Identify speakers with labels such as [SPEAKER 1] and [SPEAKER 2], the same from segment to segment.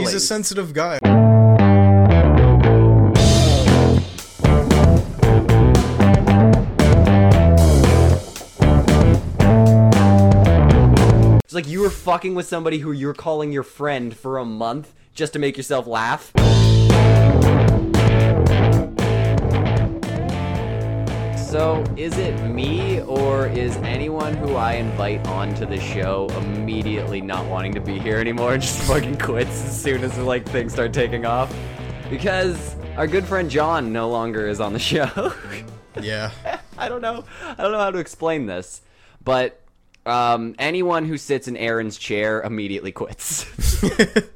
[SPEAKER 1] he's a sensitive guy.
[SPEAKER 2] It's like you were fucking with somebody who you're calling your friend for a month just to make yourself laugh. So, is it me or is anyone who I invite onto the show immediately not wanting to be here anymore and just fucking quits as soon as like things start taking off? Because our good friend John no longer is on the show.
[SPEAKER 1] Yeah.
[SPEAKER 2] I don't know. I don't know how to explain this, but um, anyone who sits in Aaron's chair immediately quits.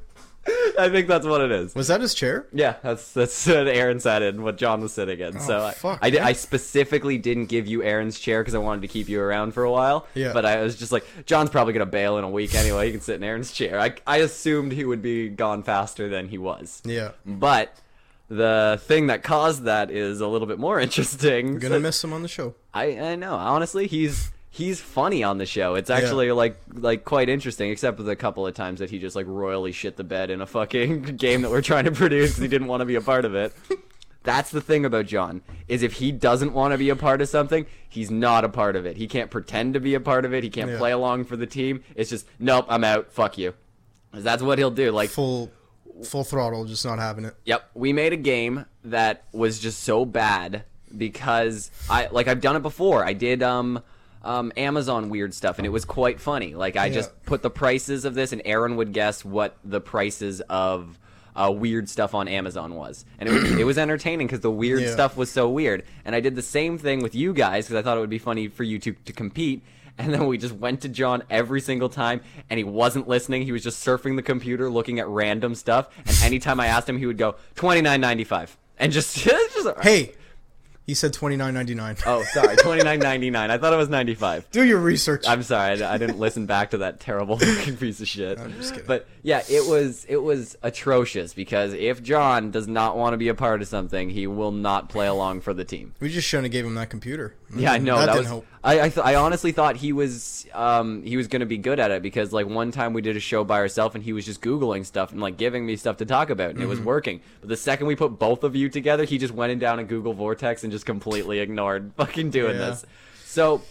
[SPEAKER 2] I think that's what it is.
[SPEAKER 1] Was that his chair?
[SPEAKER 2] Yeah, that's that's what Aaron sat in, what John was sitting in. so I,
[SPEAKER 1] Oh, fuck,
[SPEAKER 2] I, did-
[SPEAKER 1] man.
[SPEAKER 2] I specifically didn't give you Aaron's chair because I wanted to keep you around for a while.
[SPEAKER 1] Yeah.
[SPEAKER 2] But I was just like, John's probably gonna bail in a week anyway. He can sit in Aaron's chair. I I assumed he would be gone faster than he was.
[SPEAKER 1] Yeah.
[SPEAKER 2] But the thing that caused that is a little bit more interesting.
[SPEAKER 1] We're gonna miss him on the show.
[SPEAKER 2] I I know. Honestly, he's he's funny on the show. It's actually like like quite interesting, except for the couple of times that he just like royally shit the bed in a fucking game that we're trying to produce. 'cause He didn't want to be a part of it. That's the thing about John is if he doesn't want to be a part of something, he's not a part of it. He can't pretend to be a part of it. He can't
[SPEAKER 1] Yeah.
[SPEAKER 2] play along for the team. It's just nope, I'm out. Fuck you. 'Cause That's what he'll do. Like
[SPEAKER 1] Full, full throttle, just not having it.
[SPEAKER 2] Yep, we made a game that was just so bad because I like I've done it before. I did um um Amazon weird stuff and it was quite funny. Like I just
[SPEAKER 1] Yeah.
[SPEAKER 2] put the prices of this and Aaron would guess what the prices of uh, weird stuff on Amazon was, and it was, it was entertaining because the weird
[SPEAKER 1] Yeah.
[SPEAKER 2] stuff was so weird. And I did the same thing with you guys because I thought it would be funny for you to to compete. And then we just went to John every single time, and he wasn't listening. He was just surfing the computer, looking at random stuff. And anytime I asked him, he would go twenty nine ninety five, and just, just
[SPEAKER 1] Hey, he said twenty nine ninety nine.
[SPEAKER 2] oh sorry twenty nine ninety nine. I thought it was ninety five.
[SPEAKER 1] do your research.
[SPEAKER 2] I'm sorry, I, I didn't listen back to that terrible fucking piece of shit.
[SPEAKER 1] I'm just kidding.
[SPEAKER 2] But yeah, it was it was atrocious because if John does not want to be a part of something, he will not play along for the team.
[SPEAKER 1] we just shouldn't have gave him that computer.
[SPEAKER 2] Yeah, I know
[SPEAKER 1] Mm-hmm. that,
[SPEAKER 2] that,
[SPEAKER 1] didn't
[SPEAKER 2] was.
[SPEAKER 1] help.
[SPEAKER 2] I I, th- I honestly thought he was um he was gonna be good at it because like one time we did a show by ourselves and he was just googling stuff and like giving me stuff to talk about and it
[SPEAKER 1] Mm-hmm.
[SPEAKER 2] was working. But the second we put both of you together, he just went in down a Google vortex and just completely ignored fucking doing
[SPEAKER 1] Yeah.
[SPEAKER 2] this. So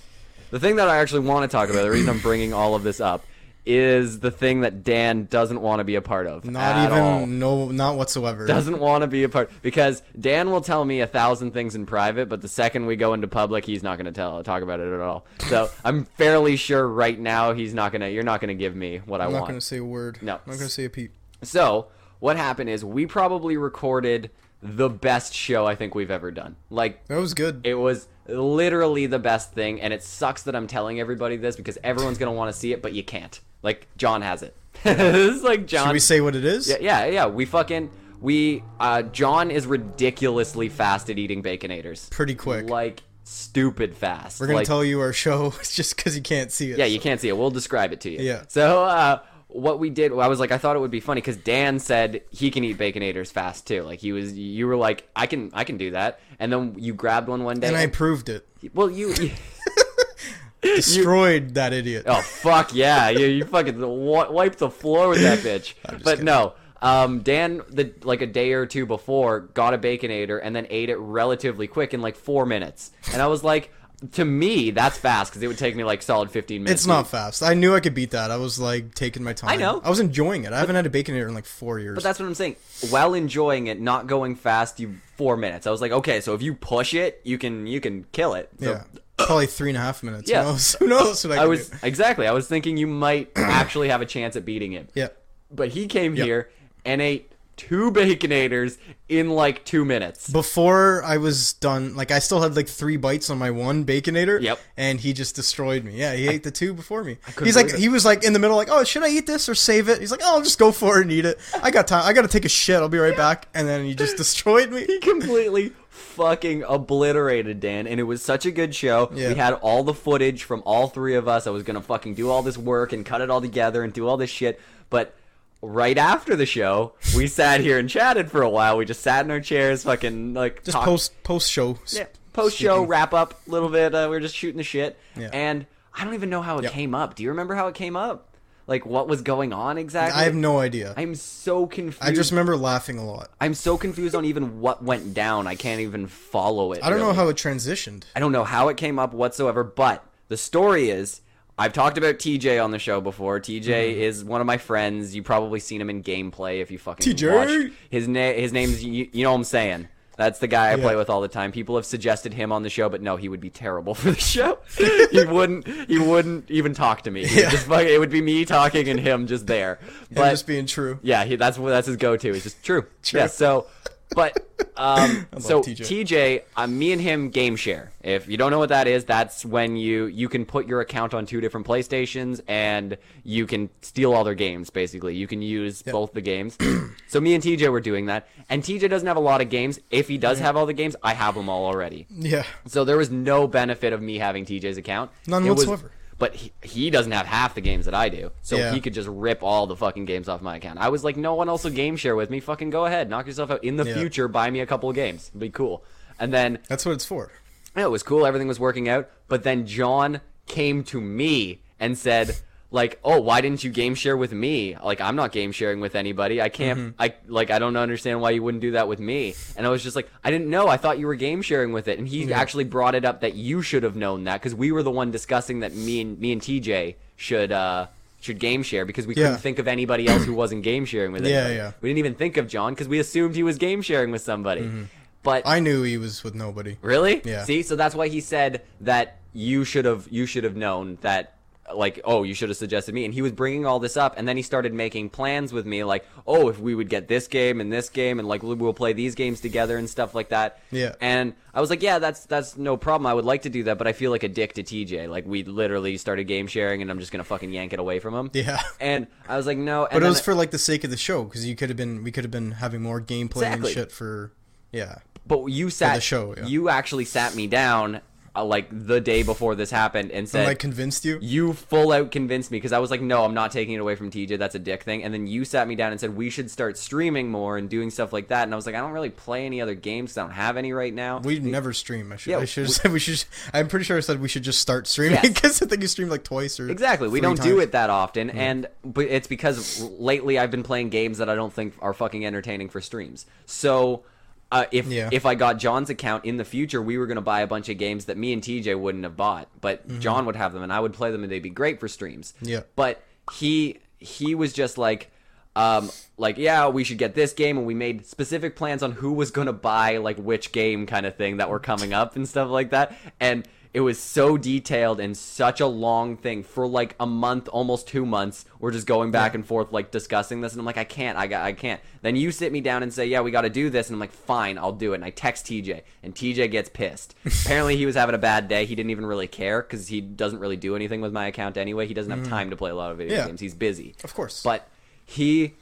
[SPEAKER 2] the thing that I actually want to talk about, the reason I'm bringing all of this up, is the thing that Dan doesn't want to be a part of.
[SPEAKER 1] Not
[SPEAKER 2] at
[SPEAKER 1] even
[SPEAKER 2] all
[SPEAKER 1] no, not whatsoever.
[SPEAKER 2] doesn't want to be a part because Dan will tell me a thousand things in private, but the second we go into public, he's not going to tell talk about it at all. So I'm fairly sure right now he's not gonna. You're not gonna give me what I
[SPEAKER 1] I'm not
[SPEAKER 2] want.
[SPEAKER 1] gonna say a word.
[SPEAKER 2] No.
[SPEAKER 1] I'm not gonna say a peep.
[SPEAKER 2] So what happened is we probably recorded the best show I think we've ever done. Like
[SPEAKER 1] That was good.
[SPEAKER 2] it was literally the best thing, and it sucks that I'm telling everybody this because everyone's gonna want to see it, but you can't. Like John has it. this is like John.
[SPEAKER 1] Should we say what it is?
[SPEAKER 2] Yeah, yeah, yeah. We fucking we uh John is ridiculously fast at eating baconators.
[SPEAKER 1] Pretty quick.
[SPEAKER 2] Like stupid fast.
[SPEAKER 1] We're gonna
[SPEAKER 2] like,
[SPEAKER 1] tell you our show just because you can't see it.
[SPEAKER 2] yeah, you can't see it. We'll describe it to you.
[SPEAKER 1] Yeah.
[SPEAKER 2] So uh, what we did, I was like, I thought it would be funny because Dan said he can eat baconators fast too. Like he was, you were like, I can, I can do that. And then you grabbed one one day.
[SPEAKER 1] and I proved it.
[SPEAKER 2] well, you. you-
[SPEAKER 1] Destroyed that idiot.
[SPEAKER 2] Oh fuck yeah! You you fucking wi- wiped the floor with that bitch. But no, um, Dan the like a day or two before got a baconator and then ate it relatively quick in like four minutes. And I was like, to me that's fast because it would take me like solid fifteen minutes.
[SPEAKER 1] It's
[SPEAKER 2] to
[SPEAKER 1] not
[SPEAKER 2] eat.
[SPEAKER 1] fast. I knew I could beat that. I was like taking my time.
[SPEAKER 2] I know.
[SPEAKER 1] I was enjoying it. I haven't had a baconator in like four years.
[SPEAKER 2] But that's what I'm saying. While enjoying it, not going fast, you four minutes. I was like, okay, so if you push it, you can you can kill it. So
[SPEAKER 1] yeah, probably three and a half minutes.
[SPEAKER 2] Yeah.
[SPEAKER 1] Who knows? Who knows what I,
[SPEAKER 2] I
[SPEAKER 1] could
[SPEAKER 2] was
[SPEAKER 1] do?
[SPEAKER 2] exactly. I was thinking you might actually have a chance at beating him.
[SPEAKER 1] Yeah,
[SPEAKER 2] but he came here and ate two baconators in like two minutes.
[SPEAKER 1] before I was done, like I still had like three bites on my one baconator.
[SPEAKER 2] Yep.
[SPEAKER 1] and he just destroyed me. Yeah, he ate the two before me.
[SPEAKER 2] couldn't
[SPEAKER 1] He's like,
[SPEAKER 2] believe it.
[SPEAKER 1] he was like in the middle, like, oh, should I eat this or save it? He's like, oh, I'll just go for it and eat it. I got time. I got to take a shit. I'll be right back. And then he just destroyed me.
[SPEAKER 2] He completely fucking obliterated Dan, and it was such a good show.
[SPEAKER 1] Yeah.
[SPEAKER 2] We had all the footage from all three of us. I was gonna fucking do all this work and cut it all together and do all this shit, but. Right after the show, we sat here and chatted for a while. We just sat in our chairs, fucking like
[SPEAKER 1] Just post post show.
[SPEAKER 2] yeah, post show
[SPEAKER 1] speaking.
[SPEAKER 2] wrap up a little bit. Uh, we were just shooting the shit,
[SPEAKER 1] Yeah.
[SPEAKER 2] and I don't even know how it
[SPEAKER 1] Yep.
[SPEAKER 2] came up. Do you remember how it came up? like what was going on exactly.
[SPEAKER 1] I have no idea.
[SPEAKER 2] I'm so confused.
[SPEAKER 1] I just remember laughing a lot.
[SPEAKER 2] I'm so confused on even what went down. I can't even follow it.
[SPEAKER 1] I don't know
[SPEAKER 2] really.
[SPEAKER 1] how it transitioned.
[SPEAKER 2] I don't know how it came up whatsoever, but the story is I've talked about TJ on the show before. TJ
[SPEAKER 1] Mm-hmm.
[SPEAKER 2] is one of my friends. You probably seen him in gameplay if you fucking
[SPEAKER 1] TJ?
[SPEAKER 2] watch. His name his name's you, you know what I'm saying. That's the guy I play
[SPEAKER 1] Yeah.
[SPEAKER 2] with all the time. People have suggested him on the show, but no, he would be terrible for the show. he wouldn't he wouldn't even talk to me. He would
[SPEAKER 1] Yeah.
[SPEAKER 2] just fucking- it would be me talking and him just there.
[SPEAKER 1] I'm
[SPEAKER 2] But
[SPEAKER 1] just being true.
[SPEAKER 2] yeah, he, that's what that's his go-to. It's just true.
[SPEAKER 1] True.
[SPEAKER 2] Yeah. So, but um, so
[SPEAKER 1] TJ.
[SPEAKER 2] TJ, uh, me and him game share. If you don't know what that is, that's when you you can put your account on two different PlayStations and you can steal all their games. Basically, you can use both the games. so me and TJ were doing that, and TJ doesn't have a lot of games. If he does have all the games, I have them all already.
[SPEAKER 1] Yeah.
[SPEAKER 2] So there was no benefit of me having TJ's account.
[SPEAKER 1] None
[SPEAKER 2] It was-
[SPEAKER 1] whatsoever.
[SPEAKER 2] but he, he doesn't have half the games that I do, so
[SPEAKER 1] Yeah.
[SPEAKER 2] he could just rip all the fucking games off my account. I was like, no one else will game share with me. Fucking go ahead, knock yourself out. In the
[SPEAKER 1] Yeah.
[SPEAKER 2] future, buy me a couple of games. It'd be cool. And then
[SPEAKER 1] That's what it's for.
[SPEAKER 2] yeah, it was cool. Everything was working out. But then John came to me and said, like, oh, why didn't you game share with me? Like, I'm not game sharing with anybody. I can't,
[SPEAKER 1] Mm-hmm.
[SPEAKER 2] I, like, I don't understand why you wouldn't do that with me. And I was just like, I didn't know. I thought you were game sharing with it. And he actually brought it up that you should have known that because we were the one discussing that me and, me and TJ should, uh, should game share because we
[SPEAKER 1] Yeah.
[SPEAKER 2] couldn't think of anybody else who wasn't game sharing with
[SPEAKER 1] Yeah,
[SPEAKER 2] anybody.
[SPEAKER 1] yeah.
[SPEAKER 2] We didn't even think of John because we assumed he was game sharing with somebody.
[SPEAKER 1] Mm-hmm.
[SPEAKER 2] But
[SPEAKER 1] I knew he was with nobody.
[SPEAKER 2] Really?
[SPEAKER 1] Yeah.
[SPEAKER 2] See, so that's why he said that you should have you should have known that like oh you should have suggested me and he was bringing all this up and then he started making plans with me like oh if we would get this game and this game and like we'll- we'll play these games together and stuff like that
[SPEAKER 1] Yeah.
[SPEAKER 2] and i was like yeah that's that's no problem i would like to do that but i feel like a dick to tj like we literally started game sharing and i'm just gonna fucking yank it away from him
[SPEAKER 1] Yeah.
[SPEAKER 2] and i was like no and
[SPEAKER 1] But it
[SPEAKER 2] then-
[SPEAKER 1] was for like the sake of the show because you could have been we could have been having more gameplay and
[SPEAKER 2] Exactly.
[SPEAKER 1] shit for yeah.
[SPEAKER 2] but you sat
[SPEAKER 1] the show, yeah.
[SPEAKER 2] you actually sat me down uh, like the day before this happened and said
[SPEAKER 1] And I convinced you.
[SPEAKER 2] you full out convinced me because I was like, no, I'm not taking it away from TJ. That's a dick thing. And then you sat me down and said we should start streaming more and doing stuff like that. And I was like, I don't really play any other games. I don't have any right now.
[SPEAKER 1] We never stream. I should.
[SPEAKER 2] Yeah,
[SPEAKER 1] I should have said we should. I'm pretty sure I said we should just start streaming
[SPEAKER 2] Yes.
[SPEAKER 1] because I think you streamed like twice or
[SPEAKER 2] exactly. We
[SPEAKER 1] three
[SPEAKER 2] don't do
[SPEAKER 1] times.
[SPEAKER 2] it that often, and but it's because lately I've been playing games that I don't think are fucking entertaining for streams. So. Uh, if
[SPEAKER 1] Yeah.
[SPEAKER 2] if I got John's account in the future, we were gonna buy a bunch of games that me and TJ wouldn't have bought, but
[SPEAKER 1] Mm-hmm.
[SPEAKER 2] John would have them, and I would play them, and they'd be great for streams.
[SPEAKER 1] Yeah.
[SPEAKER 2] but he he was just like um like yeah we should get this game and we made specific plans on who was going to buy like which game kind of thing that were coming up and stuff like that and it was so detailed and such a long thing for like a month almost 2 months we're just going back and forth like discussing this and I'm like I can't I got I can't then you sit me down and say yeah we got to do this and I'm like fine I'll do it and I text TJ and TJ gets pissed apparently he was having a bad day he didn't even really care cuz he doesn't really do anything with my account anyway he doesn't have time to play a lot of video video
[SPEAKER 1] Yeah.
[SPEAKER 2] games. He's busy.
[SPEAKER 1] Of course.
[SPEAKER 2] But he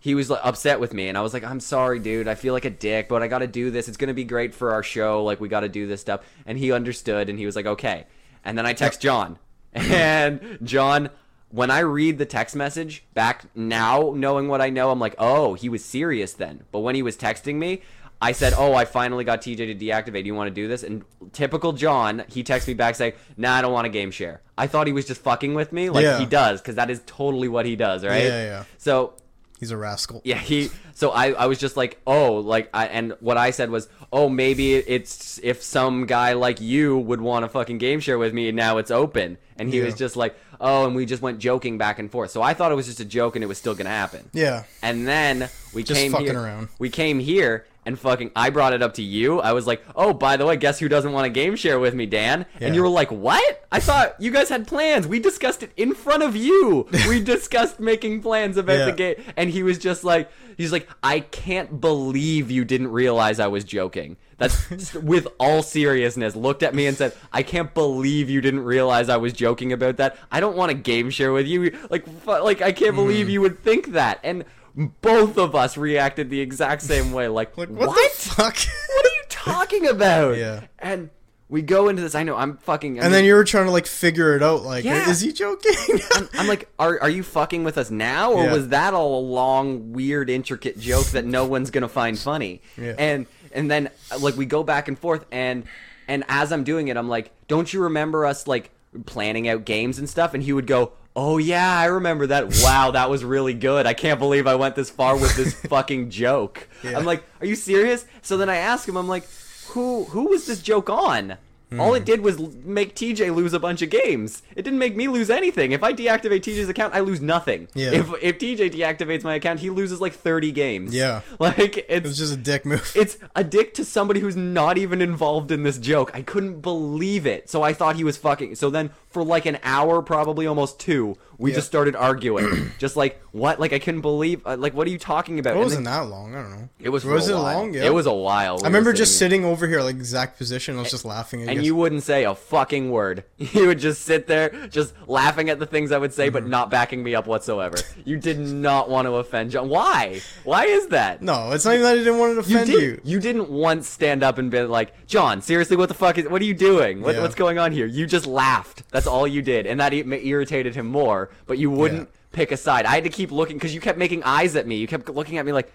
[SPEAKER 2] he was like, upset with me and I was like, "I'm sorry, dude. I feel like a dick, but I got to do this. It's going to be great for our show. Like we got to do this stuff." And he understood and he was like, "Okay." And then I text John. And John when I read the text message back now, knowing what I know, I'm like, oh, he was serious then. But when he was texting me, I said, oh, I finally got TJ to deactivate. You want to do this? And typical John, he texts me back saying, nah, I don't want to game share. I thought he was just fucking with me. Like,
[SPEAKER 1] Yeah.
[SPEAKER 2] he does, because that is totally what he does, right?
[SPEAKER 1] Yeah, yeah.
[SPEAKER 2] So
[SPEAKER 1] He's a rascal.
[SPEAKER 2] yeah, he. So I, I was just like, oh, like I, and what I said was, oh, maybe it's if some guy like you would want to fucking game share with me, and now it's open. And he
[SPEAKER 1] Yeah.
[SPEAKER 2] was just like, oh, and we just went joking back and forth. So I thought it was just a joke, and it was still gonna happen.
[SPEAKER 1] Yeah.
[SPEAKER 2] And then we
[SPEAKER 1] Just
[SPEAKER 2] came
[SPEAKER 1] fucking
[SPEAKER 2] here.
[SPEAKER 1] around.
[SPEAKER 2] We came here and fucking. I brought it up to you. I was like, "Oh, by the way, guess who doesn't want to game share with me, Dan?"
[SPEAKER 1] Yeah.
[SPEAKER 2] And you were like, "What? I thought you guys had plans. We discussed it in front of you. We discussed making plans about
[SPEAKER 1] Yeah.
[SPEAKER 2] the game." And he was just like, "He's like, I can't believe you didn't realize I was joking." That's just with all seriousness. Looked at me and said, "I can't believe you didn't realize I was joking about that. I don't want to game share with you. Like, fu- like I can't
[SPEAKER 1] Hmm.
[SPEAKER 2] believe you would think that." And both of us reacted the exact same way. Like,
[SPEAKER 1] Like what,
[SPEAKER 2] what?
[SPEAKER 1] the fuck?
[SPEAKER 2] what are you talking about?
[SPEAKER 1] Yeah.
[SPEAKER 2] And we go into this. I know I'm fucking. I
[SPEAKER 1] and
[SPEAKER 2] mean,
[SPEAKER 1] then you were trying to like figure it out. Like,
[SPEAKER 2] Yeah.
[SPEAKER 1] is he joking?
[SPEAKER 2] I'm like, are are you fucking with us now, or
[SPEAKER 1] Yeah.
[SPEAKER 2] was that all a long, weird, intricate joke that no one's gonna find funny?
[SPEAKER 1] Yeah.
[SPEAKER 2] And and then uh, like we go back and forth, and and as I'm doing it, I'm like, don't you remember us like planning out games and stuff? And he would go. Oh yeah, I remember that. Wow, that was really good. I can't believe I went this far with this fucking joke.
[SPEAKER 1] Yeah.
[SPEAKER 2] I'm like, are you serious? So then I ask him, I'm like, who who was this joke on? All
[SPEAKER 1] Hmm.
[SPEAKER 2] it did was l- make TJ lose a bunch of games. It didn't make me lose anything. If I deactivate TJ's account, I lose nothing.
[SPEAKER 1] Yeah.
[SPEAKER 2] If if TJ deactivates my account, he loses like 30 games.
[SPEAKER 1] Yeah.
[SPEAKER 2] Like
[SPEAKER 1] It
[SPEAKER 2] it's
[SPEAKER 1] was just a dick move.
[SPEAKER 2] it's a dick to somebody who's not even involved in this joke. I couldn't believe it. So I thought he was fucking. So then for like an hour, probably almost two, we
[SPEAKER 1] Yeah.
[SPEAKER 2] just started arguing. just like, what? Like, I couldn't believe. Uh, like, what are you talking about?
[SPEAKER 1] It
[SPEAKER 2] And
[SPEAKER 1] wasn't
[SPEAKER 2] then-
[SPEAKER 1] that long. I don't know.
[SPEAKER 2] it was, for
[SPEAKER 1] Was
[SPEAKER 2] a
[SPEAKER 1] it
[SPEAKER 2] while.
[SPEAKER 1] long? Yeah.
[SPEAKER 2] It was a while.
[SPEAKER 1] I remember just sitting over here, like exact position. I was just laughing. I
[SPEAKER 2] And
[SPEAKER 1] guess.
[SPEAKER 2] you wouldn't say a fucking word. You would just sit there, just laughing at the things I would say,
[SPEAKER 1] Mm-hmm.
[SPEAKER 2] but not backing me up whatsoever. You did not want to offend John. Why? Why is that?
[SPEAKER 1] no, it's not even that I didn't want to
[SPEAKER 2] You
[SPEAKER 1] offend
[SPEAKER 2] did.
[SPEAKER 1] you.
[SPEAKER 2] You. didn't once stand up and be like, John, seriously, what the fuck is? What are you doing? What,
[SPEAKER 1] Yeah.
[SPEAKER 2] What's going on here? You just laughed. That's all you did, and that i- irritated him more. But you wouldn't pick a side. I had to keep looking because you kept making eyes at me. You kept looking at me like,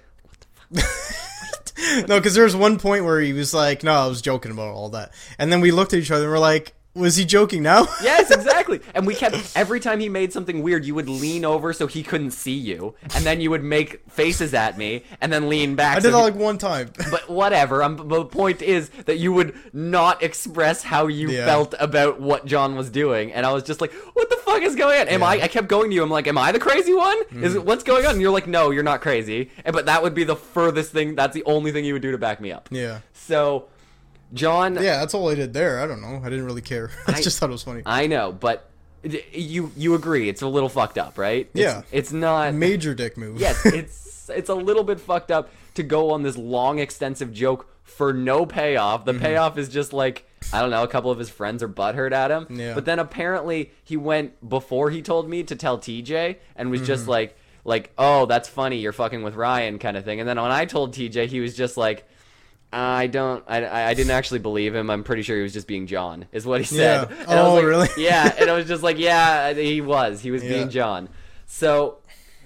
[SPEAKER 1] No, because there was one point where he was like, "No, I was joking about all that," and then we looked at each other and we're like, "Was he joking now?"
[SPEAKER 2] Yes, exactly. And we kept every time he made something weird, you would lean over so he couldn't see you, and then you would make faces at me, and then lean back.
[SPEAKER 1] I did
[SPEAKER 2] so
[SPEAKER 1] that
[SPEAKER 2] he-
[SPEAKER 1] like one time.
[SPEAKER 2] but whatever. Um, the point is that you would not express how you
[SPEAKER 1] Yeah.
[SPEAKER 2] felt about what John was doing, and I was just like, "What the fuck is going on?" Am I? I kept going to you. I'm like, "Am I the crazy one? Is
[SPEAKER 1] Mm.
[SPEAKER 2] it, what's going on?" And you're like, "No, you're not crazy." And, but that would be the furthest thing. That's the only thing you would do to back me up.
[SPEAKER 1] yeah,
[SPEAKER 2] So, John,
[SPEAKER 1] yeah, that's all I did there. I don't know. I didn't really care. I,
[SPEAKER 2] I-
[SPEAKER 1] just thought it was funny.
[SPEAKER 2] I know, but d- you you agree it's a little fucked up, right? It's-
[SPEAKER 1] Yeah.
[SPEAKER 2] it's not.
[SPEAKER 1] Major dick move.
[SPEAKER 2] yes, it's it's a little bit fucked up to go on this long, extensive joke for no payoff.
[SPEAKER 1] Mm-hmm.
[SPEAKER 2] The payoff is just like I don't know, a couple of his friends are butthurt at him.
[SPEAKER 1] Yeah.
[SPEAKER 2] But then apparently he went before he told me to tell TJ and was just
[SPEAKER 1] Mm-hmm.
[SPEAKER 2] like like, oh, that's funny, you're fucking with Ryan kind of thing. And then when I told TJ, he was just like I don't. I- I, I didn't actually believe him. I'm pretty sure he was just being John, is what he said.
[SPEAKER 1] Yeah.
[SPEAKER 2] And I was
[SPEAKER 1] Oh,
[SPEAKER 2] like-
[SPEAKER 1] really?
[SPEAKER 2] Yeah. And I was just like, yeah, he was. He was
[SPEAKER 1] Yeah.
[SPEAKER 2] being John. So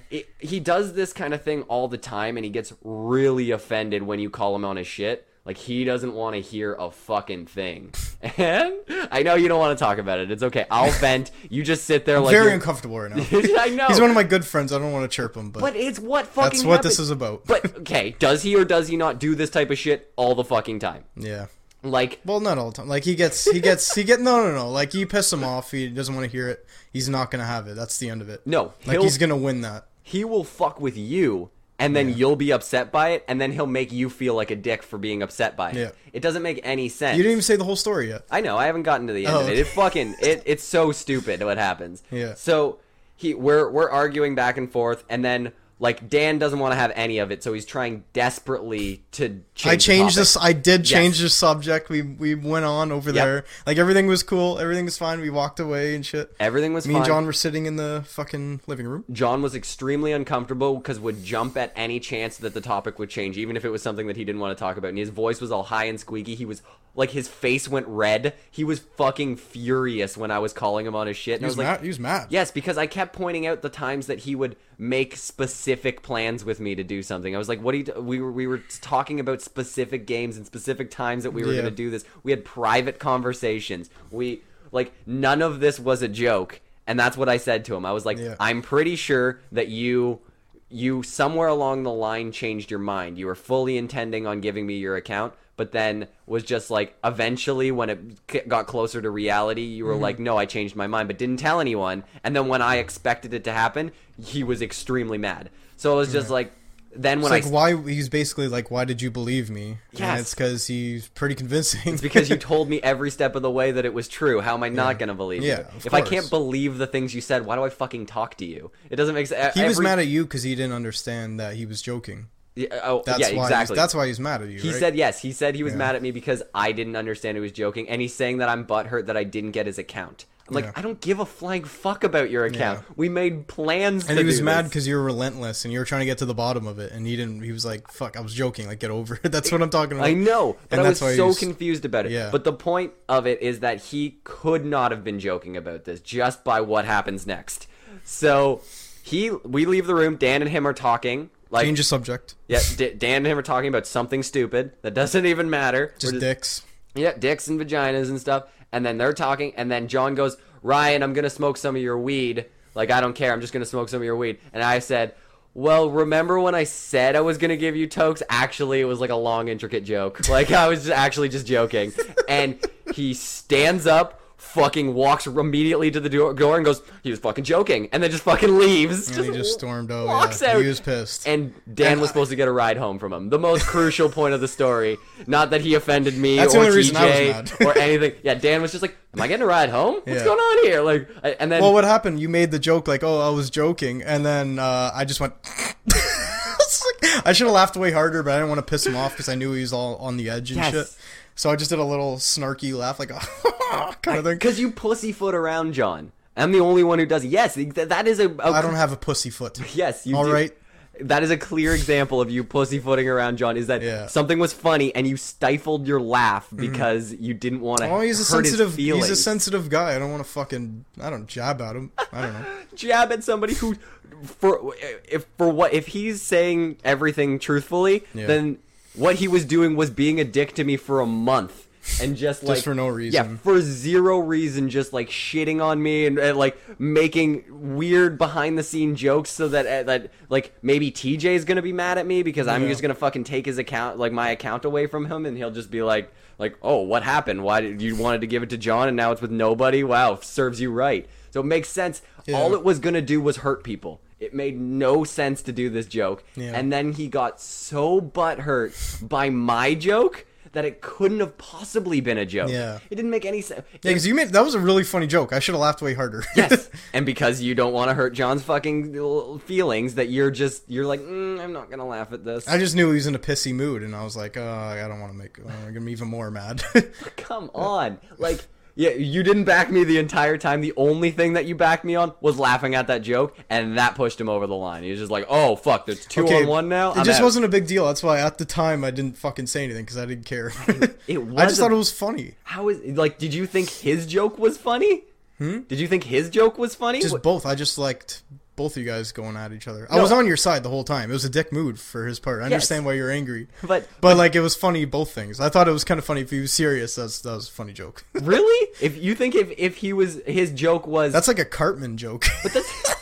[SPEAKER 2] it, he does this kind of thing all the time, and he gets really offended when you call him on his shit. Like he doesn't want to hear a fucking thing. And I know you don't want to talk about it. It's okay. I'll vent. You just sit there like
[SPEAKER 1] Very
[SPEAKER 2] you're-
[SPEAKER 1] uncomfortable right now.
[SPEAKER 2] I know.
[SPEAKER 1] He's one of my good friends. I don't want to chirp him, but,
[SPEAKER 2] But it's what fucking.
[SPEAKER 1] that's what this
[SPEAKER 2] happened.
[SPEAKER 1] is about.
[SPEAKER 2] But okay, does he or does he not do this type of shit all the fucking time?
[SPEAKER 1] yeah.
[SPEAKER 2] Like
[SPEAKER 1] Well, not all the time. Like he gets, he gets, he get. No, no, no. Like you piss him off. He doesn't want to hear it. He's not gonna have it. That's the end of it.
[SPEAKER 2] No,
[SPEAKER 1] Like
[SPEAKER 2] he'll-
[SPEAKER 1] he's gonna win that.
[SPEAKER 2] he will fuck with you and then you'll be upset by it and then he'll make you feel like a dick for being upset by it.
[SPEAKER 1] Yeah.
[SPEAKER 2] It doesn't make any sense.
[SPEAKER 1] You didn't even say the whole story yet.
[SPEAKER 2] I know, I haven't gotten to the end
[SPEAKER 1] Oh,
[SPEAKER 2] of it.
[SPEAKER 1] okay.
[SPEAKER 2] It fucking it it's so stupid what happens.
[SPEAKER 1] Yeah.
[SPEAKER 2] So he we're we're arguing back and forth and then like Dan doesn't want to have any of it, so he's trying desperately to change
[SPEAKER 1] I changed
[SPEAKER 2] the
[SPEAKER 1] this. I did change
[SPEAKER 2] Yes.
[SPEAKER 1] the subject. We we went on over there. Like everything was cool. Everything was fine. We walked away and shit.
[SPEAKER 2] Everything was
[SPEAKER 1] Me
[SPEAKER 2] fine.
[SPEAKER 1] and John were sitting in the fucking living room.
[SPEAKER 2] John was extremely uncomfortable because would jump at any chance that the topic would change, even if it was something that he didn't want to talk about. And his voice was all high and squeaky. He was like his face went red. He was fucking furious when I was calling him on his shit. And
[SPEAKER 1] He
[SPEAKER 2] I
[SPEAKER 1] was
[SPEAKER 2] was like,
[SPEAKER 1] mad. He was mad.
[SPEAKER 2] Yes, because I kept pointing out the times that he would make specific plans with me to do something. I was like, "What do you?" Do? We were we were talking about specific games and specific times that we were
[SPEAKER 1] Yeah.
[SPEAKER 2] going to do this. We had private conversations. We like none of this was a joke, and that's what I said to him. I was like,
[SPEAKER 1] Yeah.
[SPEAKER 2] "I'm pretty sure that you." You somewhere along the line changed your mind. You were fully intending on giving me your account, but then was just like eventually when it c- got closer to reality you were
[SPEAKER 1] Mm-hmm.
[SPEAKER 2] like no i changed my mind but didn't tell anyone and then when i expected it to happen he was extremely mad so it was just like then when
[SPEAKER 1] It's like
[SPEAKER 2] i
[SPEAKER 1] why he's basically like, why did you believe me?
[SPEAKER 2] Yes.
[SPEAKER 1] And it's because he's pretty convincing.
[SPEAKER 2] because you told me every step of the way that it was true how am i not going to believe
[SPEAKER 1] Yeah,
[SPEAKER 2] you
[SPEAKER 1] of
[SPEAKER 2] if i
[SPEAKER 1] course.
[SPEAKER 2] can't believe the things you said why do i fucking talk to you it doesn't make sense
[SPEAKER 1] he was mad at you because he didn't understand that he was joking.
[SPEAKER 2] oh,
[SPEAKER 1] That's
[SPEAKER 2] yeah
[SPEAKER 1] why. he's-
[SPEAKER 2] exactly
[SPEAKER 1] That's why he's mad at you.
[SPEAKER 2] He
[SPEAKER 1] right?
[SPEAKER 2] said yes. He said he was
[SPEAKER 1] Yeah.
[SPEAKER 2] mad at me because I didn't understand he was joking, and he's saying that I'm butthurt that I didn't get his account. I'm like,
[SPEAKER 1] Yeah.
[SPEAKER 2] I don't give a flying fuck about your account. We made plans.
[SPEAKER 1] And he
[SPEAKER 2] to
[SPEAKER 1] was
[SPEAKER 2] do
[SPEAKER 1] mad
[SPEAKER 2] this.
[SPEAKER 1] because you were relentless and you were trying to get to the bottom of it, and he didn't. He was like, "Fuck, I was joking. Like, get over it." That's what I'm talking about.
[SPEAKER 2] I know,
[SPEAKER 1] And
[SPEAKER 2] but I was
[SPEAKER 1] that's why
[SPEAKER 2] so
[SPEAKER 1] he's-
[SPEAKER 2] confused about it.
[SPEAKER 1] Yeah.
[SPEAKER 2] But the point of it is that he could not have been joking about this just by what happens next. So he, we leave the room. Dan and him are talking. Like,
[SPEAKER 1] Change the subject.
[SPEAKER 2] yeah, D- Dan and him are talking about something stupid that doesn't even matter. We're
[SPEAKER 1] Just dicks.
[SPEAKER 2] Yeah, dicks and vaginas and stuff. And then they're talking, and then John goes, Ryan, I'm gonna smoke some of your weed. Like, I don't care. I'm just going to smoke some of your weed. And I said, well, remember when I said I was going to give you tokes? Actually, it was like a long, intricate joke. Like, I was just actually just joking. And he stands up, fucking walks immediately to the do- door and goes, he was fucking joking. And then just fucking leaves.
[SPEAKER 1] And he just stormed out.
[SPEAKER 2] walks
[SPEAKER 1] yeah.
[SPEAKER 2] out.
[SPEAKER 1] He was pissed.
[SPEAKER 2] And Dan was supposed to get a ride home from him. The most crucial point of the story. Not that he offended me
[SPEAKER 1] That's the
[SPEAKER 2] or
[SPEAKER 1] only reason I was
[SPEAKER 2] TJ
[SPEAKER 1] mad.
[SPEAKER 2] or anything. Yeah, Dan was just like, "Am I getting a ride home? What's
[SPEAKER 1] Yeah.
[SPEAKER 2] going on here?" Like, I- and then
[SPEAKER 1] well, what happened? You made the joke like, "Oh, I was joking," and then uh, I just went. It's like- I should have laughed way harder, but I didn't want to piss him off because I knew he was all on the edge and
[SPEAKER 2] Yes.
[SPEAKER 1] shit. So I just did a little snarky laugh, like kind of thing.
[SPEAKER 2] because you pussyfoot around, John. I'm the only one who does. Yes, th- that is a. a
[SPEAKER 1] I don't have a pussy foot.
[SPEAKER 2] Yes, you
[SPEAKER 1] All
[SPEAKER 2] do.
[SPEAKER 1] right.
[SPEAKER 2] That is a clear example of you pussyfooting around, John. Is that
[SPEAKER 1] Yeah. Mm-hmm.
[SPEAKER 2] something was funny and you stifled your laugh because you didn't want to
[SPEAKER 1] Oh, he's a
[SPEAKER 2] hurt
[SPEAKER 1] sensitive.
[SPEAKER 2] his feelings.
[SPEAKER 1] He's a sensitive guy. I don't want to fucking. I don't jab at him. I don't know.
[SPEAKER 2] jab at somebody who for if for what if he's saying everything truthfully
[SPEAKER 1] Yeah.
[SPEAKER 2] then what he was doing was being a dick to me for a month and just like
[SPEAKER 1] for no
[SPEAKER 2] yeah
[SPEAKER 1] reason.
[SPEAKER 2] for zero reason just like shitting on me and, and like making weird behind the scene jokes so that uh, that like maybe TJ is gonna be mad at me because I'm
[SPEAKER 1] Yeah.
[SPEAKER 2] just gonna fucking take his account like my account away from him and he'll just be like like oh what happened why did you wanted to give it to John and now it's with nobody wow serves you right so it makes sense all
[SPEAKER 1] Yeah.
[SPEAKER 2] it was gonna do was hurt people. It made no sense to do this joke.
[SPEAKER 1] Yeah.
[SPEAKER 2] And then he got so butthurt by my joke that it couldn't have possibly been a joke.
[SPEAKER 1] Yeah.
[SPEAKER 2] It didn't make any sense.
[SPEAKER 1] Yeah, because you made that was a really funny joke. I should have laughed way harder.
[SPEAKER 2] yes. And because you don't want to hurt John's fucking little feelings, that you're just, you're like, mm, I'm not going to laugh at this.
[SPEAKER 1] I just knew he was in a pissy mood, and I was like, oh, I don't want to make. I'm gonna be even more mad.
[SPEAKER 2] Come on. Like, yeah, you didn't back me the entire time. The only thing that you backed me on was laughing at that joke, and that pushed him over the line. He was just like, oh, fuck, there's two on one now.
[SPEAKER 1] It
[SPEAKER 2] I'm
[SPEAKER 1] just
[SPEAKER 2] out."
[SPEAKER 1] wasn't a big deal. That's why at the time I didn't fucking say anything because I didn't care.
[SPEAKER 2] It
[SPEAKER 1] I
[SPEAKER 2] was
[SPEAKER 1] just
[SPEAKER 2] a
[SPEAKER 1] thought it was funny.
[SPEAKER 2] How is like? Did you think his joke was funny? Hmm? Did you think his joke was funny?
[SPEAKER 1] Just
[SPEAKER 2] Wh-
[SPEAKER 1] both. I just liked both of you guys going at each other. I
[SPEAKER 2] No.
[SPEAKER 1] was on your side the whole time. It was a dick mood for his part. I understand why you're angry,
[SPEAKER 2] But-
[SPEAKER 1] but like it was funny both things. I thought it was kind of funny if he was serious. That's that was a funny joke.
[SPEAKER 2] really? If you think if if he was his joke was
[SPEAKER 1] That's like a Cartman joke.
[SPEAKER 2] but that's.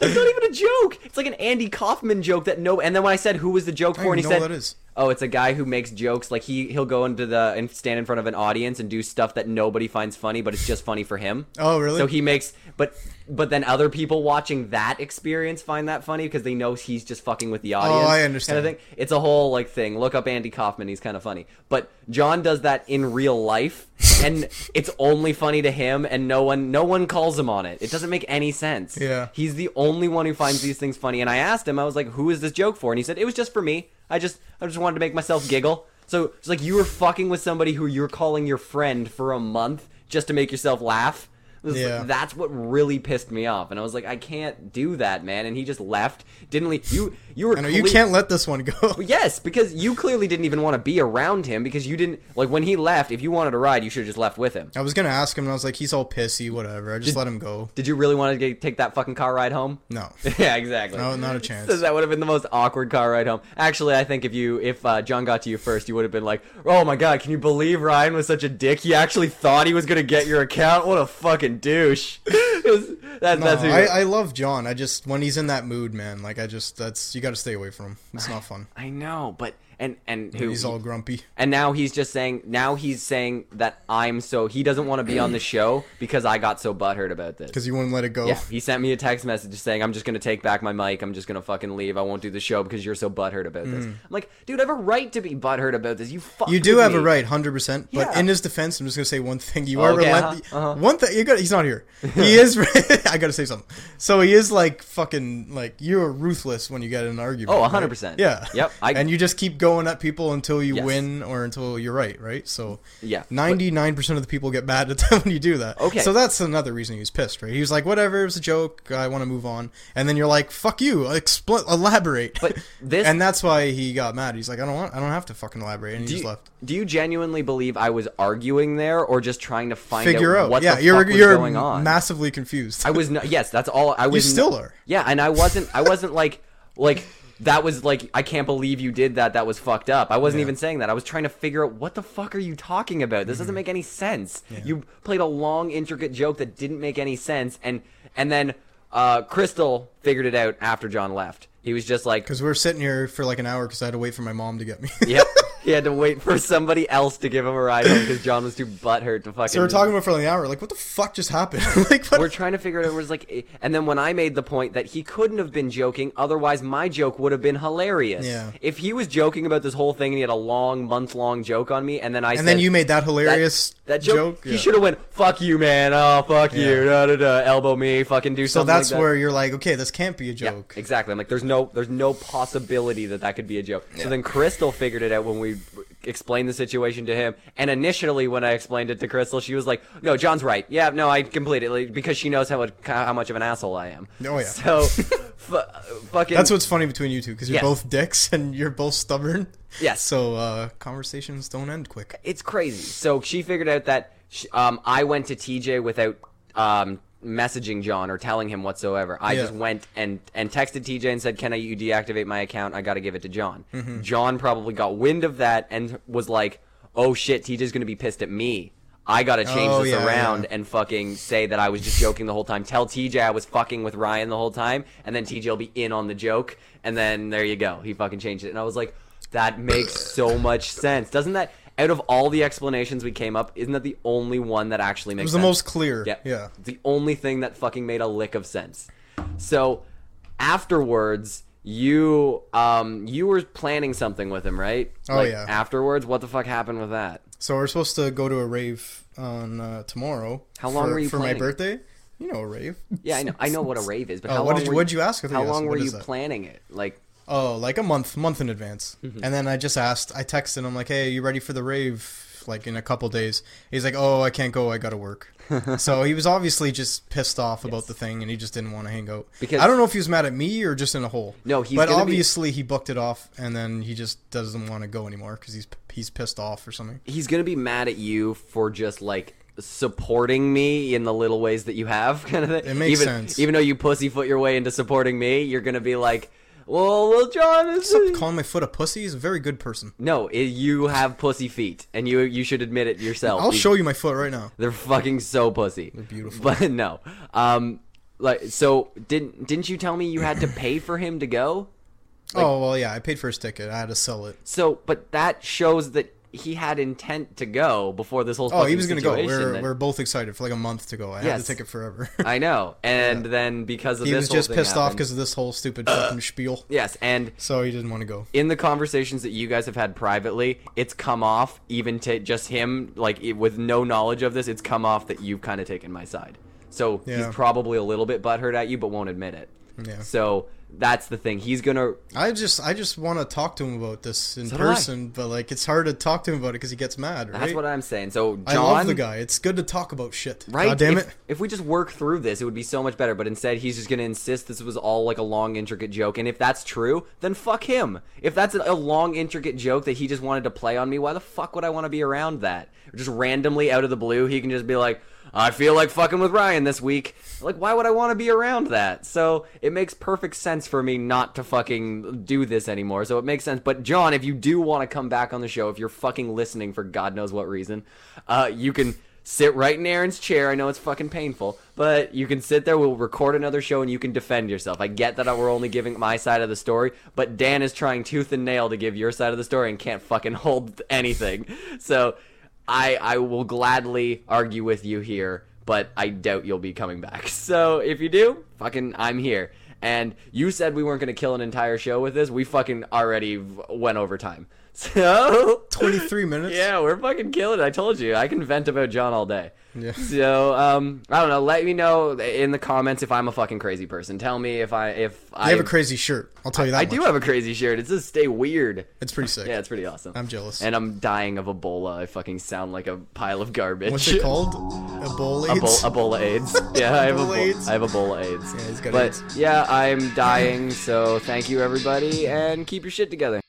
[SPEAKER 2] That's not even a joke. It's like an Andy Kaufman joke that no. And then when I said who was the joke for,
[SPEAKER 1] don't
[SPEAKER 2] and he
[SPEAKER 1] even know
[SPEAKER 2] said,
[SPEAKER 1] what that is.
[SPEAKER 2] "Oh, it's a guy who makes jokes. Like he he'll go into the and stand in front of an audience and do stuff that nobody finds funny, but it's just funny for him."
[SPEAKER 1] Oh, really?
[SPEAKER 2] So he makes, but but then other people watching that experience find that funny because they know he's just fucking with the audience.
[SPEAKER 1] Oh, I
[SPEAKER 2] kinda
[SPEAKER 1] understand.
[SPEAKER 2] thing. It's a whole like thing. Look up Andy Kaufman; he's kind of funny. But John does that in real life, and it's only funny to him, and no one no one calls him on it. It doesn't make any sense.
[SPEAKER 1] Yeah.
[SPEAKER 2] he's the only one who finds these things funny. And I asked him, I was like, "Who is this joke for?" And he said, "It was just for me. I just I just wanted to make myself giggle." So it's like you were fucking with somebody who you're calling your friend for a month just to make yourself laugh. It was like,
[SPEAKER 1] Yeah.
[SPEAKER 2] that's what really pissed me off, and I was like, I can't do that, man. And he just left, didn't leave. You you were
[SPEAKER 1] I know you
[SPEAKER 2] cle-
[SPEAKER 1] can't let this one go.
[SPEAKER 2] Yes, because you clearly didn't even want to be around him because you didn't like when he left. If you wanted to ride, you should have just left with him.
[SPEAKER 1] I was gonna ask him, and I was like, he's all pissy, whatever. I just let him go.
[SPEAKER 2] Did you really want to get, take that fucking car ride home?
[SPEAKER 1] No,
[SPEAKER 2] yeah, exactly.
[SPEAKER 1] no, not a
[SPEAKER 2] So
[SPEAKER 1] chance.
[SPEAKER 2] that would have been the most awkward car ride home. Actually, I think if you if uh, John got to you first, you would have been like, "Oh my god, can you believe Ryan was such a dick? He actually thought he was gonna get your account. What a fucking douche." It was- that-
[SPEAKER 1] No,
[SPEAKER 2] that's who-
[SPEAKER 1] I, I love John. I just when he's in that mood, man. Like I just that's you got to stay away from him. It's not fun.
[SPEAKER 2] I know, but and and who
[SPEAKER 1] He's all grumpy.
[SPEAKER 2] and now he's just saying now he's saying that I'm so he doesn't want to be on the show because I got so butthurt about this.
[SPEAKER 1] because you wouldn't let it go.
[SPEAKER 2] Yeah, he sent me a text message saying I'm just gonna take back my mic. I'm just gonna fucking leave. I won't do the show because you're so butthurt about this. I'm like, dude, I have a right to be butthurt about this. You fuck.
[SPEAKER 1] Hmm. You do have a right, hundred percent. But
[SPEAKER 2] Yeah.
[SPEAKER 1] in his defense, I'm just gonna say one thing. You
[SPEAKER 2] Oh,
[SPEAKER 1] are
[SPEAKER 2] okay,
[SPEAKER 1] relent-
[SPEAKER 2] uh-huh, uh-huh.
[SPEAKER 1] One thing you got. He's not here. He is. I gotta say something. So he is like fucking like you are ruthless when you get in an argument.
[SPEAKER 2] Oh,
[SPEAKER 1] right?
[SPEAKER 2] 100%.
[SPEAKER 1] Yeah.
[SPEAKER 2] Yep, I-
[SPEAKER 1] and you just keep going at people until you
[SPEAKER 2] Yes.
[SPEAKER 1] win or until you're right. Right. So
[SPEAKER 2] Yeah, but-
[SPEAKER 1] ninety nine percent of the people get mad at them when you do that.
[SPEAKER 2] Okay.
[SPEAKER 1] So that's another reason he was pissed. Right. He was like, whatever, it was a joke. I want to move on. And then you're like, fuck you. Expl- elaborate.
[SPEAKER 2] But this-
[SPEAKER 1] and that's why he got mad. He's like, I don't want. I don't have to fucking elaborate. And he
[SPEAKER 2] Do
[SPEAKER 1] just
[SPEAKER 2] you,
[SPEAKER 1] left.
[SPEAKER 2] do you genuinely believe I was arguing there or just trying to find
[SPEAKER 1] figure out.
[SPEAKER 2] what
[SPEAKER 1] yeah,
[SPEAKER 2] the
[SPEAKER 1] you're
[SPEAKER 2] fuck was
[SPEAKER 1] you're
[SPEAKER 2] going on?
[SPEAKER 1] massively confused.
[SPEAKER 2] I was not. Yes, that's all. I was.
[SPEAKER 1] still are.
[SPEAKER 2] Yeah, and I wasn't. I wasn't like like that was like I can't believe you did that. That was fucked up. I wasn't even saying that. I was trying to figure out what the fuck are you talking about. This
[SPEAKER 1] Mm-hmm.
[SPEAKER 2] doesn't make any sense. You played a long, intricate joke that didn't make any sense, and and then. Uh, Crystal figured it out after John left. He was just like,
[SPEAKER 1] Because we were sitting here for like an hour because I had to wait for my mom to get me.
[SPEAKER 2] yep. He had to wait for somebody else to give him a ride home because John was too butthurt to fucking.
[SPEAKER 1] so we're talking about it for like an hour. Like, what the fuck just happened? like, what?
[SPEAKER 2] We're trying to figure it out. It was like, eh, and then when I made the point that he couldn't have been joking, otherwise my joke would have been hilarious.
[SPEAKER 1] Yeah.
[SPEAKER 2] If he was joking about this whole thing and he had a long, month-long joke on me, and then I
[SPEAKER 1] and then you made that
[SPEAKER 2] that-
[SPEAKER 1] hilarious
[SPEAKER 2] that,
[SPEAKER 1] joke.
[SPEAKER 2] joke, he
[SPEAKER 1] Yeah.
[SPEAKER 2] should have went, "Fuck you, man! Oh, fuck you! Da, da, da, elbow me! Fucking do
[SPEAKER 1] So
[SPEAKER 2] something." like
[SPEAKER 1] that's
[SPEAKER 2] that.
[SPEAKER 1] where you're like, okay, this can't be a
[SPEAKER 2] Yeah,
[SPEAKER 1] joke.
[SPEAKER 2] exactly. I'm like, there's no, there's no possibility that that could be a joke. So then Crystal figured it out when we explained the situation to him. And initially, when I explained it to Crystal, she was like, "No, John's right. Yeah, no, I completely because she knows how it- how much of an asshole I am."
[SPEAKER 1] Oh, yeah.
[SPEAKER 2] So, fu- fucking.
[SPEAKER 1] That's what's funny between you two because you're
[SPEAKER 2] Yes.
[SPEAKER 1] both dicks and you're both stubborn.
[SPEAKER 2] Yes.
[SPEAKER 1] So uh, conversations don't end quick.
[SPEAKER 2] it's crazy. So she figured out that sh um, I went to TJ without um, messaging John or telling him whatsoever. I
[SPEAKER 1] Yeah.
[SPEAKER 2] just went and and texted TJ and said, "Can I you deactivate my account? I got to give it to John."
[SPEAKER 1] Mm-hmm.
[SPEAKER 2] John probably got wind of that and was like, "Oh shit, TJ's gonna be pissed at me." I gotta change
[SPEAKER 1] Oh,
[SPEAKER 2] this
[SPEAKER 1] yeah,
[SPEAKER 2] around
[SPEAKER 1] yeah.
[SPEAKER 2] and fucking say that I was just joking the whole time. Tell TJ I was fucking with Ryan the whole time, and then TJ will be in on the joke, and then there you go. He fucking changed it, and I was like, that makes so much sense, doesn't that? Out of all the explanations we came up, isn't that the only one that actually
[SPEAKER 1] It
[SPEAKER 2] makes
[SPEAKER 1] was
[SPEAKER 2] sense?
[SPEAKER 1] the most clear. Yeah.
[SPEAKER 2] Yeah. The only thing that fucking made a lick of sense. So afterwards, you um you were planning something with him, right?
[SPEAKER 1] Oh,
[SPEAKER 2] Like,
[SPEAKER 1] yeah.
[SPEAKER 2] Afterwards, what the fuck happened with that?
[SPEAKER 1] So we're supposed to go to a rave on uh, tomorrow.
[SPEAKER 2] How long
[SPEAKER 1] for,
[SPEAKER 2] were you
[SPEAKER 1] for
[SPEAKER 2] planning?
[SPEAKER 1] my birthday? You know a rave.
[SPEAKER 2] Yeah, I know. I know what a rave is, but
[SPEAKER 1] Oh,
[SPEAKER 2] how
[SPEAKER 1] what
[SPEAKER 2] long
[SPEAKER 1] did you-
[SPEAKER 2] were
[SPEAKER 1] what'd you ask? I think
[SPEAKER 2] How
[SPEAKER 1] I asked,
[SPEAKER 2] long were
[SPEAKER 1] what is
[SPEAKER 2] you
[SPEAKER 1] that?
[SPEAKER 2] planning it? Like,
[SPEAKER 1] Oh, like a month, month in advance.
[SPEAKER 2] Mm-hmm.
[SPEAKER 1] And then I just asked, I texted him like, "Hey, you ready for the rave?" Like in a couple days. He's like, "Oh, I can't go. I got to work." so he was obviously just pissed off about the thing, and he just didn't want to hang out.
[SPEAKER 2] Because-
[SPEAKER 1] I don't know if he was mad at me or just in a hole.
[SPEAKER 2] No, he's
[SPEAKER 1] But
[SPEAKER 2] gonna be-
[SPEAKER 1] obviously he booked it off, and then he just doesn't want to go anymore because he's he's pissed off or something.
[SPEAKER 2] he's gonna be mad at you for just like supporting me in the little ways that you have, kind of thing.
[SPEAKER 1] It makes
[SPEAKER 2] even,
[SPEAKER 1] sense.
[SPEAKER 2] Even though you pussyfoot your way into supporting me, you're gonna be like, "Well, well, John is
[SPEAKER 1] Stop calling my foot a pussy. He's a very good person.
[SPEAKER 2] no, i you have pussy feet, and you you should admit it yourself.
[SPEAKER 1] I'll
[SPEAKER 2] You-
[SPEAKER 1] show you my foot right now.
[SPEAKER 2] They're fucking so pussy. They're
[SPEAKER 1] beautiful.
[SPEAKER 2] but no, um, like so didn't didn't you tell me you had to pay for him to go?
[SPEAKER 1] oh well, yeah. I paid for his ticket. I had to sell it.
[SPEAKER 2] So, but that shows that he had intent to go before this whole.
[SPEAKER 1] Oh, he
[SPEAKER 2] fucking
[SPEAKER 1] was gonna go.
[SPEAKER 2] situation
[SPEAKER 1] We're
[SPEAKER 2] that-
[SPEAKER 1] we're both excited for like a month to go. I had
[SPEAKER 2] Yes.
[SPEAKER 1] the ticket forever.
[SPEAKER 2] I know, and then because of
[SPEAKER 1] he
[SPEAKER 2] this,
[SPEAKER 1] was
[SPEAKER 2] whole
[SPEAKER 1] just
[SPEAKER 2] thing
[SPEAKER 1] pissed off
[SPEAKER 2] happened-
[SPEAKER 1] because of this whole stupid fucking spiel.
[SPEAKER 2] Yes, and
[SPEAKER 1] So he didn't want to go.
[SPEAKER 2] in the conversations that you guys have had privately, it's come off even to just him, like it, with no knowledge of this, it's come off that you've kind of taken my side. So
[SPEAKER 1] Yeah.
[SPEAKER 2] he's probably a little bit butthurt at you, but won't admit it.
[SPEAKER 1] Yeah.
[SPEAKER 2] So that's the thing. He's gonna.
[SPEAKER 1] I just I just want to talk to him about this in
[SPEAKER 2] So do I.
[SPEAKER 1] person, but like it's hard to talk to him about it because he gets mad. Right?
[SPEAKER 2] That's what I'm saying. So John,
[SPEAKER 1] I love the guy. It's good to talk about shit.
[SPEAKER 2] Right?
[SPEAKER 1] God damn
[SPEAKER 2] if,
[SPEAKER 1] it.
[SPEAKER 2] If we just work through this, it would be so much better. But instead, he's just going to insist this was all like a long, intricate joke. And if that's true, then fuck him. If that's a long, intricate joke that he just wanted to play on me, why the fuck would I want to be around that? Just randomly out of the blue, he can just be like, I feel like fucking with Ryan this week. Like, why would I want to be around that? So it makes perfect sense for me not to fucking do this anymore. So it makes sense. But John, if you do want to come back on the show, if you're fucking listening for God knows what reason, uh, you can sit right in Aaron's chair. I know it's fucking painful, but you can sit there. We'll record another show and you can defend yourself. I get that we're only giving my side of the story, but Dan is trying tooth and nail to give your side of the story and can't fucking hold anything. So I I will gladly argue with you here, but I doubt you'll be coming back. So if you do, fucking I'm here. And you said we weren't going to kill an entire show with this. We fucking already v- went over time. So
[SPEAKER 1] Twenty three minutes.
[SPEAKER 2] yeah, we're fucking killing it. I told you. I can vent about John all day.
[SPEAKER 1] Yeah.
[SPEAKER 2] So, um, I don't know. Let me know in the comments if I'm a fucking crazy person. Tell me if I if I
[SPEAKER 1] I have a crazy shirt. I'll tell you that.
[SPEAKER 2] I do have a crazy shirt. It says stay weird.
[SPEAKER 1] It's pretty sick.
[SPEAKER 2] Yeah, it's pretty awesome.
[SPEAKER 1] I'm jealous.
[SPEAKER 2] And I'm dying of Ebola. I fucking sound like a pile of garbage.
[SPEAKER 1] What's it called? Ebola.
[SPEAKER 2] Ebola, Ebola AIDS. Yeah, I have
[SPEAKER 1] Ebola
[SPEAKER 2] Ebola
[SPEAKER 1] AIDS.
[SPEAKER 2] AIDS. I have Ebola AIDS.
[SPEAKER 1] Yeah, he's got
[SPEAKER 2] but
[SPEAKER 1] AIDS.
[SPEAKER 2] yeah, I'm dying. So thank you everybody, and keep your shit together.